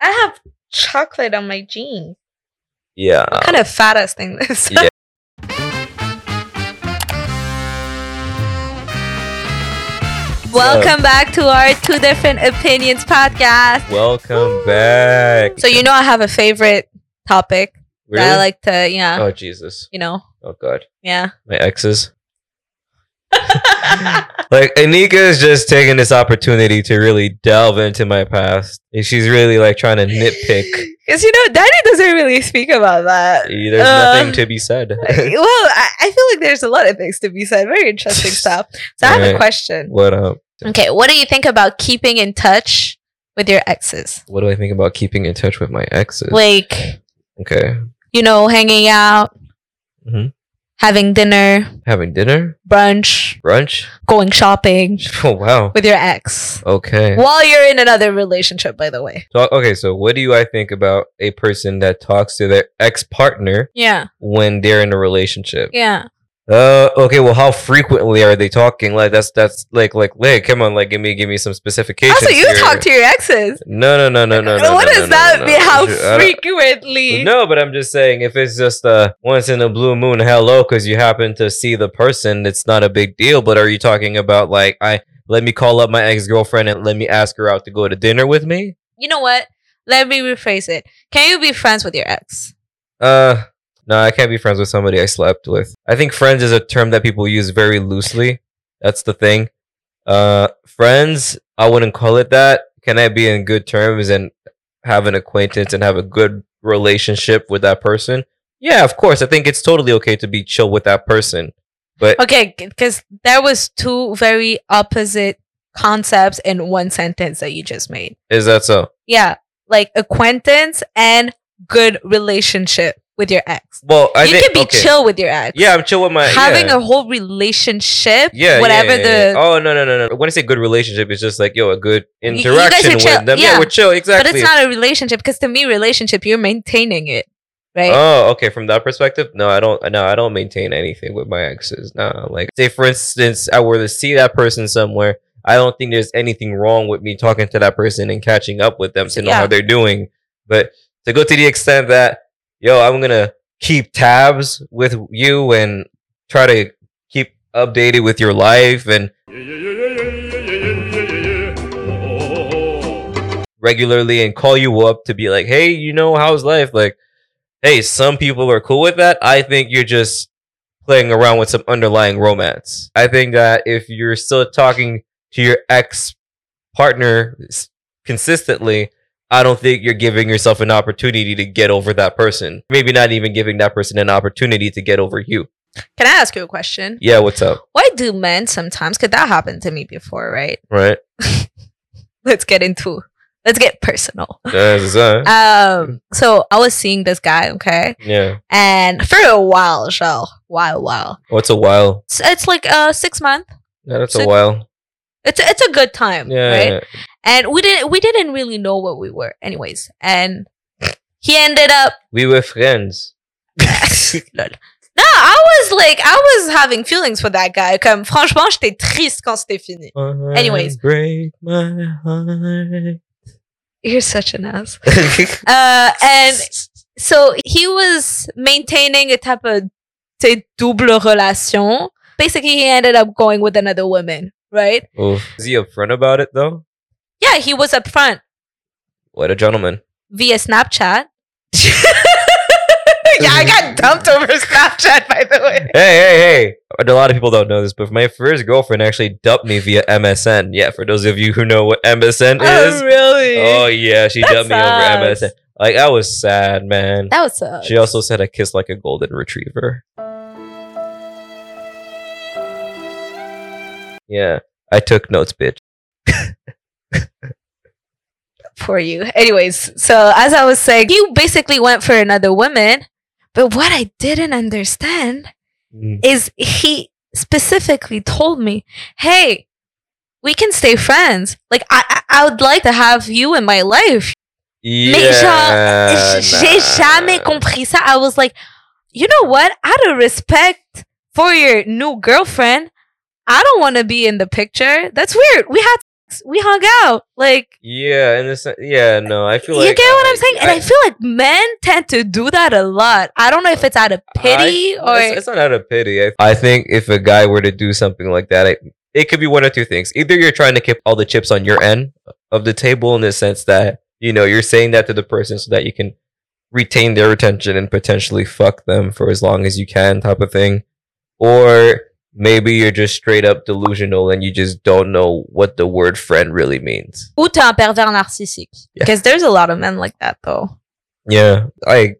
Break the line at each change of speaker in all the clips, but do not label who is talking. I have chocolate on my jeans.
Yeah.
What kind of fat ass thing this?
Yeah.
Welcome back to our Two Different Opinions podcast.
Welcome back.
So you know I have a favorite topic that I
Really?
like to, yeah,
oh Jesus.
you know,
Oh God.
yeah.
My exes. Like Anika is just taking this opportunity to really delve into my past. And she's really like trying to nitpick.
Because you know, Daddy doesn't really speak about that.
There's
Uh,
nothing to be said.
well, I, I feel like there's a lot of things to be said. Very interesting stuff. So I have
Right.
a question.
what um
Okay, what do you think about keeping in touch with your exes?
what do I think about keeping in touch with my exes?
Like,
Okay.
you know, hanging out,
Mhm.
having dinner,
Having dinner?
brunch,
Brunch?
going shopping
Oh wow.
with your ex
Okay.
while you're in another relationship, by the way.
So okay, so what do you I think about a person that talks to their ex partner
Yeah,
when they're in a relationship?
yeah.
Uh, okay. Well, how frequently are they talking? Like, that's that's like like like. Come on, like, give me give me some specifications.
Also, you
here.
talk to your exes.
No, no, no, no, no. no
what
no,
does
no,
that
no, no.
mean? How
I don't-
frequently?
No, but I'm just saying, if it's just uh once in a blue moon, hello, because you happen to see the person, it's not a big deal. But are you talking about like I let me call up my ex girlfriend and let me ask her out to go to dinner with me?
You know what? Let me rephrase it. Can you be friends with your ex?
Uh, no, I can't be friends with somebody I slept with. I think friends is a term that people use very loosely. That's the thing. Uh, friends, I wouldn't call it that. Can I be in good terms and have an acquaintance and have a good relationship with that person? Yeah, of course. I think it's totally okay to be chill with that person. But
Okay, because there was two very opposite concepts in one sentence that you just made.
is that so?
Yeah, like acquaintance and good relationship with your ex.
Well, I
you
think
can be
okay.
chill with your ex.
Yeah, I'm chill with my
having
yeah.
a whole relationship.
yeah, yeah,
whatever
yeah, yeah.
the.
oh no no no no when I say good relationship it's just like yo a good
You- you guys
interaction
are
with
chill.
them yeah.
Yeah.
we're chill
But
exactly
it's not a relationship because to me, relationship you're maintaining it, right?
Oh, okay. From that perspective, no, I don't. No, I don't maintain anything with my exes. No, like say for instance, I were to see that person somewhere. I don't think there's anything wrong with me talking to that person and catching up with them to know
Yeah.
how they're doing. But to go to the extent that, yo, I'm gonna keep tabs with you and try to keep updated with your life and regularly and call you up to be like, hey, you know, how's life? Like, hey, some people are cool with that. I think you're just playing around with some underlying romance. I think that if you're still talking to your ex partner s- consistently, I don't think you're giving yourself an opportunity to get over that person. Maybe not even giving that person an opportunity to get over you.
Can I ask you a question?
Yeah, what's up?
Why do men sometimes? Because that happened to me before, right?
Right?
Let's get into. Let's get personal.
That's, uh,
Um, so I was seeing this guy, okay,
yeah.
and for a while, Shell, while, while,
What's Oh, a while?
it's, it's like uh six month.
Yeah, that's
So-
a while.
It's a, it's a good time,
Yeah.
right? And we didn't we didn't really know what we were, anyways. And he ended up
We were friends.
Lol. No, I was like, I was having feelings for that guy. Comme, franchement, j'étais triste quand c'était fini. Anyways.
Break my heart.
You're such an ass. Uh, and so he was maintaining a type of tu sais, double relation. Basically, he ended up going with another woman, right?
Oof. Is he upfront about it though?
Yeah, he was upfront
What a gentleman.
via Snapchat. yeah, I got dumped over Snapchat, by the way.
Hey, hey, hey. A lot of people don't know this, but my first girlfriend actually dubbed me via MSN. Yeah, for those of you who know what MSN
Oh,
is.
really?
Oh, yeah, she
That
dubbed me over
sucks.
MSN. Like, I was sad, man.
That was a.
She also said I kiss like a golden retriever. Yeah, I took notes, bitch.
for you. Anyways, so as I was saying, he basically went for another woman. But what I didn't understand is he specifically told me, hey, we can stay friends. Like, I, I, I would like to have you in my life. genre,
Yeah,
J'ai jamais
Uh, nah.
compris ça. I was like, you know what? Out of respect for your new girlfriend, I don't want to be in the picture. That's weird. We had we hung out. Like,
Yeah, and this, yeah, no, I feel
you
like
get what I'm
like,
saying? And I feel like men tend to do that a lot. I don't know if it's out of pity
I-
or
it's, it's not out of pity. I, I think if a guy were to do something like that, I, it could be one of two things. Either you're trying to keep all the chips on your end of the table in the sense that you know you're saying that to the person so that you can retain their attention and potentially fuck them for as long as you can, type of thing, or maybe you're just straight up delusional and you just don't know what the word friend really means.
ou t'es un pervers narcissique.
Yeah.
Because there's a lot of men like that though.
Yeah, I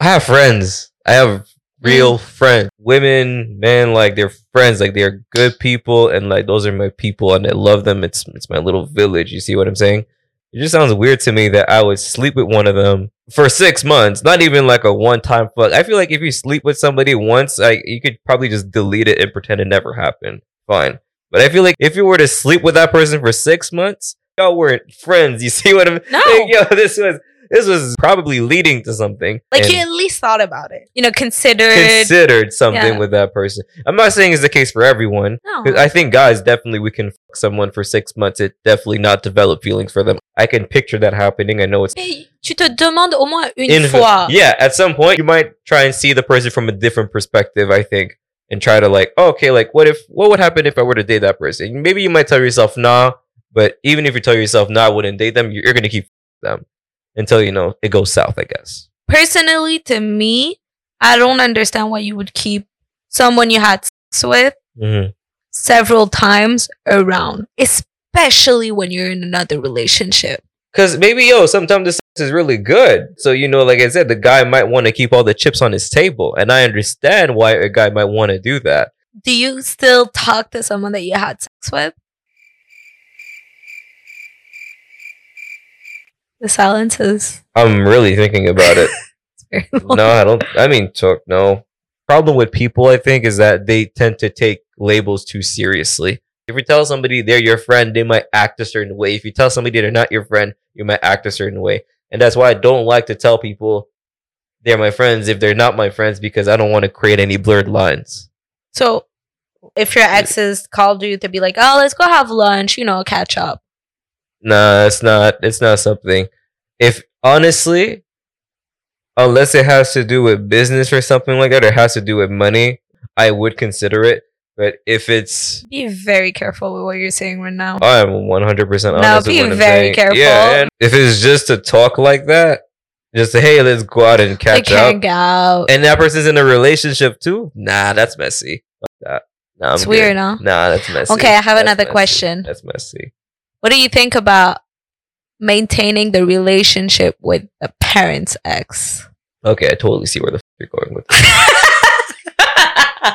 I have friends. I have real friends. Women, men, like they're friends. Like they're good people, and like those are my people, and I love them. It's it's my little village. You see what I'm saying? It just sounds weird to me that I would sleep with one of them for six months. Not even like a one time fuck. I feel like if you sleep with somebody once, like you could probably just delete it and pretend it never happened. Fine. But I feel like if you were to sleep with that person for six months, y'all weren't friends. You see what I'm
No.
like, yo, this was this was probably leading to something.
Like
and
you at least thought about it. You know, considered
considered something
Yeah.
with that person. I'm not saying it's the case for everyone.
no.
'cause I think guys definitely we can fuck someone for six months. It definitely not develop feelings for them. I can picture that happening. I know it's
Mais tu te demandes au moins une
inv-
fois.
Yeah, at some point you might try and see the person from a different perspective. I think and try to like, oh, okay, like what if what would happen if I were to date that person? Maybe you might tell yourself nah, but even if you tell yourself nah, I wouldn't date them. You're, you're gonna keep them until you know it goes south. I guess.
Personally to me, I don't understand why you would keep someone you had sex with
Mm-hmm.
several times around, especially when you're in another relationship.
Cause maybe yo, sometimes the sex is really good. So you know, like I said, the guy might want to keep all the chips on his table, and I understand why a guy might want to do that.
Do you still talk to someone that you had sex with? The silence is
I'm really thinking about it.
very long.
no, I don't. I mean, took no problem with people. I think is that they tend to take labels too seriously. If you tell somebody they're your friend, they might act a certain way. If you tell somebody they're not your friend, you might act a certain way. And that's why I don't like to tell people they're my friends if they're not my friends because I don't want to create any blurred lines.
So if your exes called you to be like, oh, let's go have lunch, you know, catch up.
Nah, it's not. It's not something. If honestly, unless it has to do with business or something like that, or has to do with money, I would consider it. But if it's,
Be very careful with what you're saying right now.
I am one hundred percent
No,
honest. with
be
what I'm
very
saying.
careful.
Yeah, and if it's just to talk like that, just hey, let's go out and
Like
catch up,
hang out.
and that person's in a relationship too. Nah, that's messy. Fuck that. Nah, I'm
It's
good.
weird, huh?
Nah, that's messy.
Okay, I have
That's
another
messy.
question.
That's messy.
What do you think about maintaining the relationship with the parents' ex?
Okay, I totally see where the f- you're going with. This.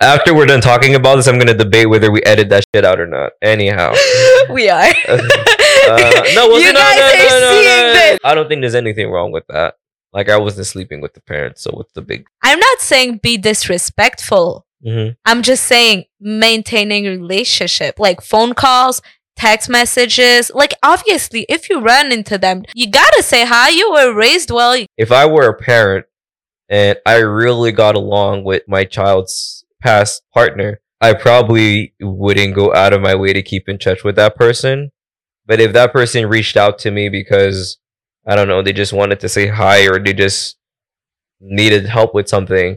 after we're done talking about this, I'm gonna debate whether we edit that shit out or not. Anyhow,
we are.
Uh, uh, no, well,
you
no, no,
guys
no,
are
no, no,
seeing
no.
this.
I don't think there's anything wrong with that. Like I wasn't sleeping with the parents, so what's the big?
I'm not saying be disrespectful.
Mm-hmm.
I'm just saying maintaining relationship, like phone calls, text messages. Like obviously, if you run into them, you gotta say hi. You were raised well.
If I were a parent and I really got along with my child's past partner, I probably wouldn't go out of my way to keep in touch with that person. But if that person reached out to me because I don't know, they just wanted to say hi or they just needed help with something,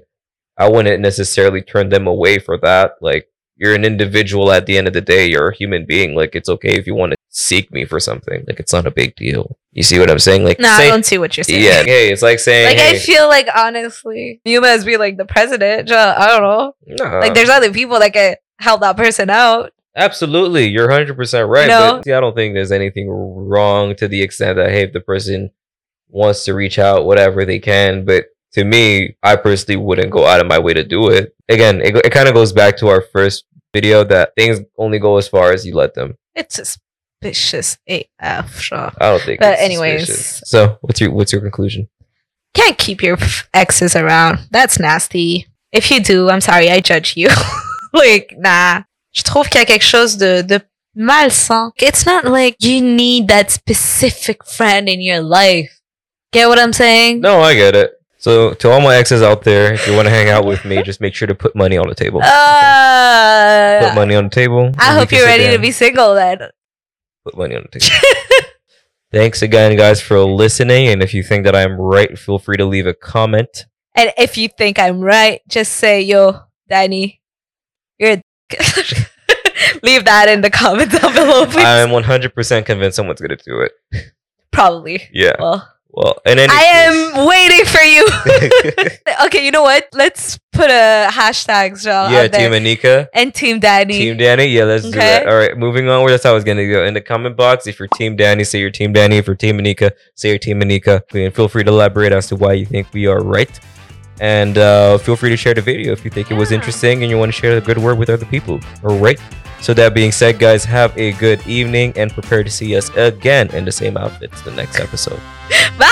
I wouldn't necessarily turn them away for that. Like, you're an individual at the end of the day, you're a human being. Like, it's okay if you want to seek me for something. Like, it's not a big deal. You see what I'm saying? Like,
No, I
say-
don't see what you're saying.
yeah, hey, it's like saying,
Like
hey,
I feel like honestly, you must be like the president. ju- I don't know.
nah,
Like there's other people that can help that person out.
absolutely, you're 100 percent right.
No.
But see, I don't think there's anything wrong to the extent that hey, if the person wants to reach out, whatever they can. But to me, I personally wouldn't go out of my way to do it. Again, it, go- it kind of goes back to our first video that things only go as far as you let them.
It's suspicious AF. Sure.
I don't think.
But
it's
anyways.
suspicious. so what's your what's your conclusion?
Can't keep your f- exes around. That's nasty. If you do, I'm sorry, I judge you. like, nah. Je trouve qu'il y a quelque chose de, de malsain. It's not like you need that specific friend in your life. Get what I'm saying?
No, I get it. So to all my exes out there, if you want to hang out with me, just make sure to put money on the table.
Uh,
put money on the table.
I
and we
hope
can
you're
sit
ready to
down.
be single then.
Put money on the ticket. Thanks again, guys, for listening. And if you think that I'm right, feel free to leave a comment.
And if you think I'm right, just say, yo, Danny, you're a dick." Leave that in the comments down below, please.
I'm 100% convinced someone's going to do it.
Probably.
Yeah.
Well,
Well, in any
I am waiting for you.
case-
okay, you know what? Let's put a hashtag as well
yeah,
out there.
Team Anika.
and Team Danny.
Team Danny. Yeah, let's do
Okay.
that. All right, moving on. That's how I was going to go. In the comment box, if you're Team Danny, say you're Team Danny. If you're Team Anika, say you're Team Anika. And feel free to elaborate as to why you think we are right. And uh, feel free to share the video if you think it was
Yeah.
interesting and you want to share the good word with other people. All right. So, that being said, guys, have a good evening and prepare to see us again in the same outfits the next episode.
Bye.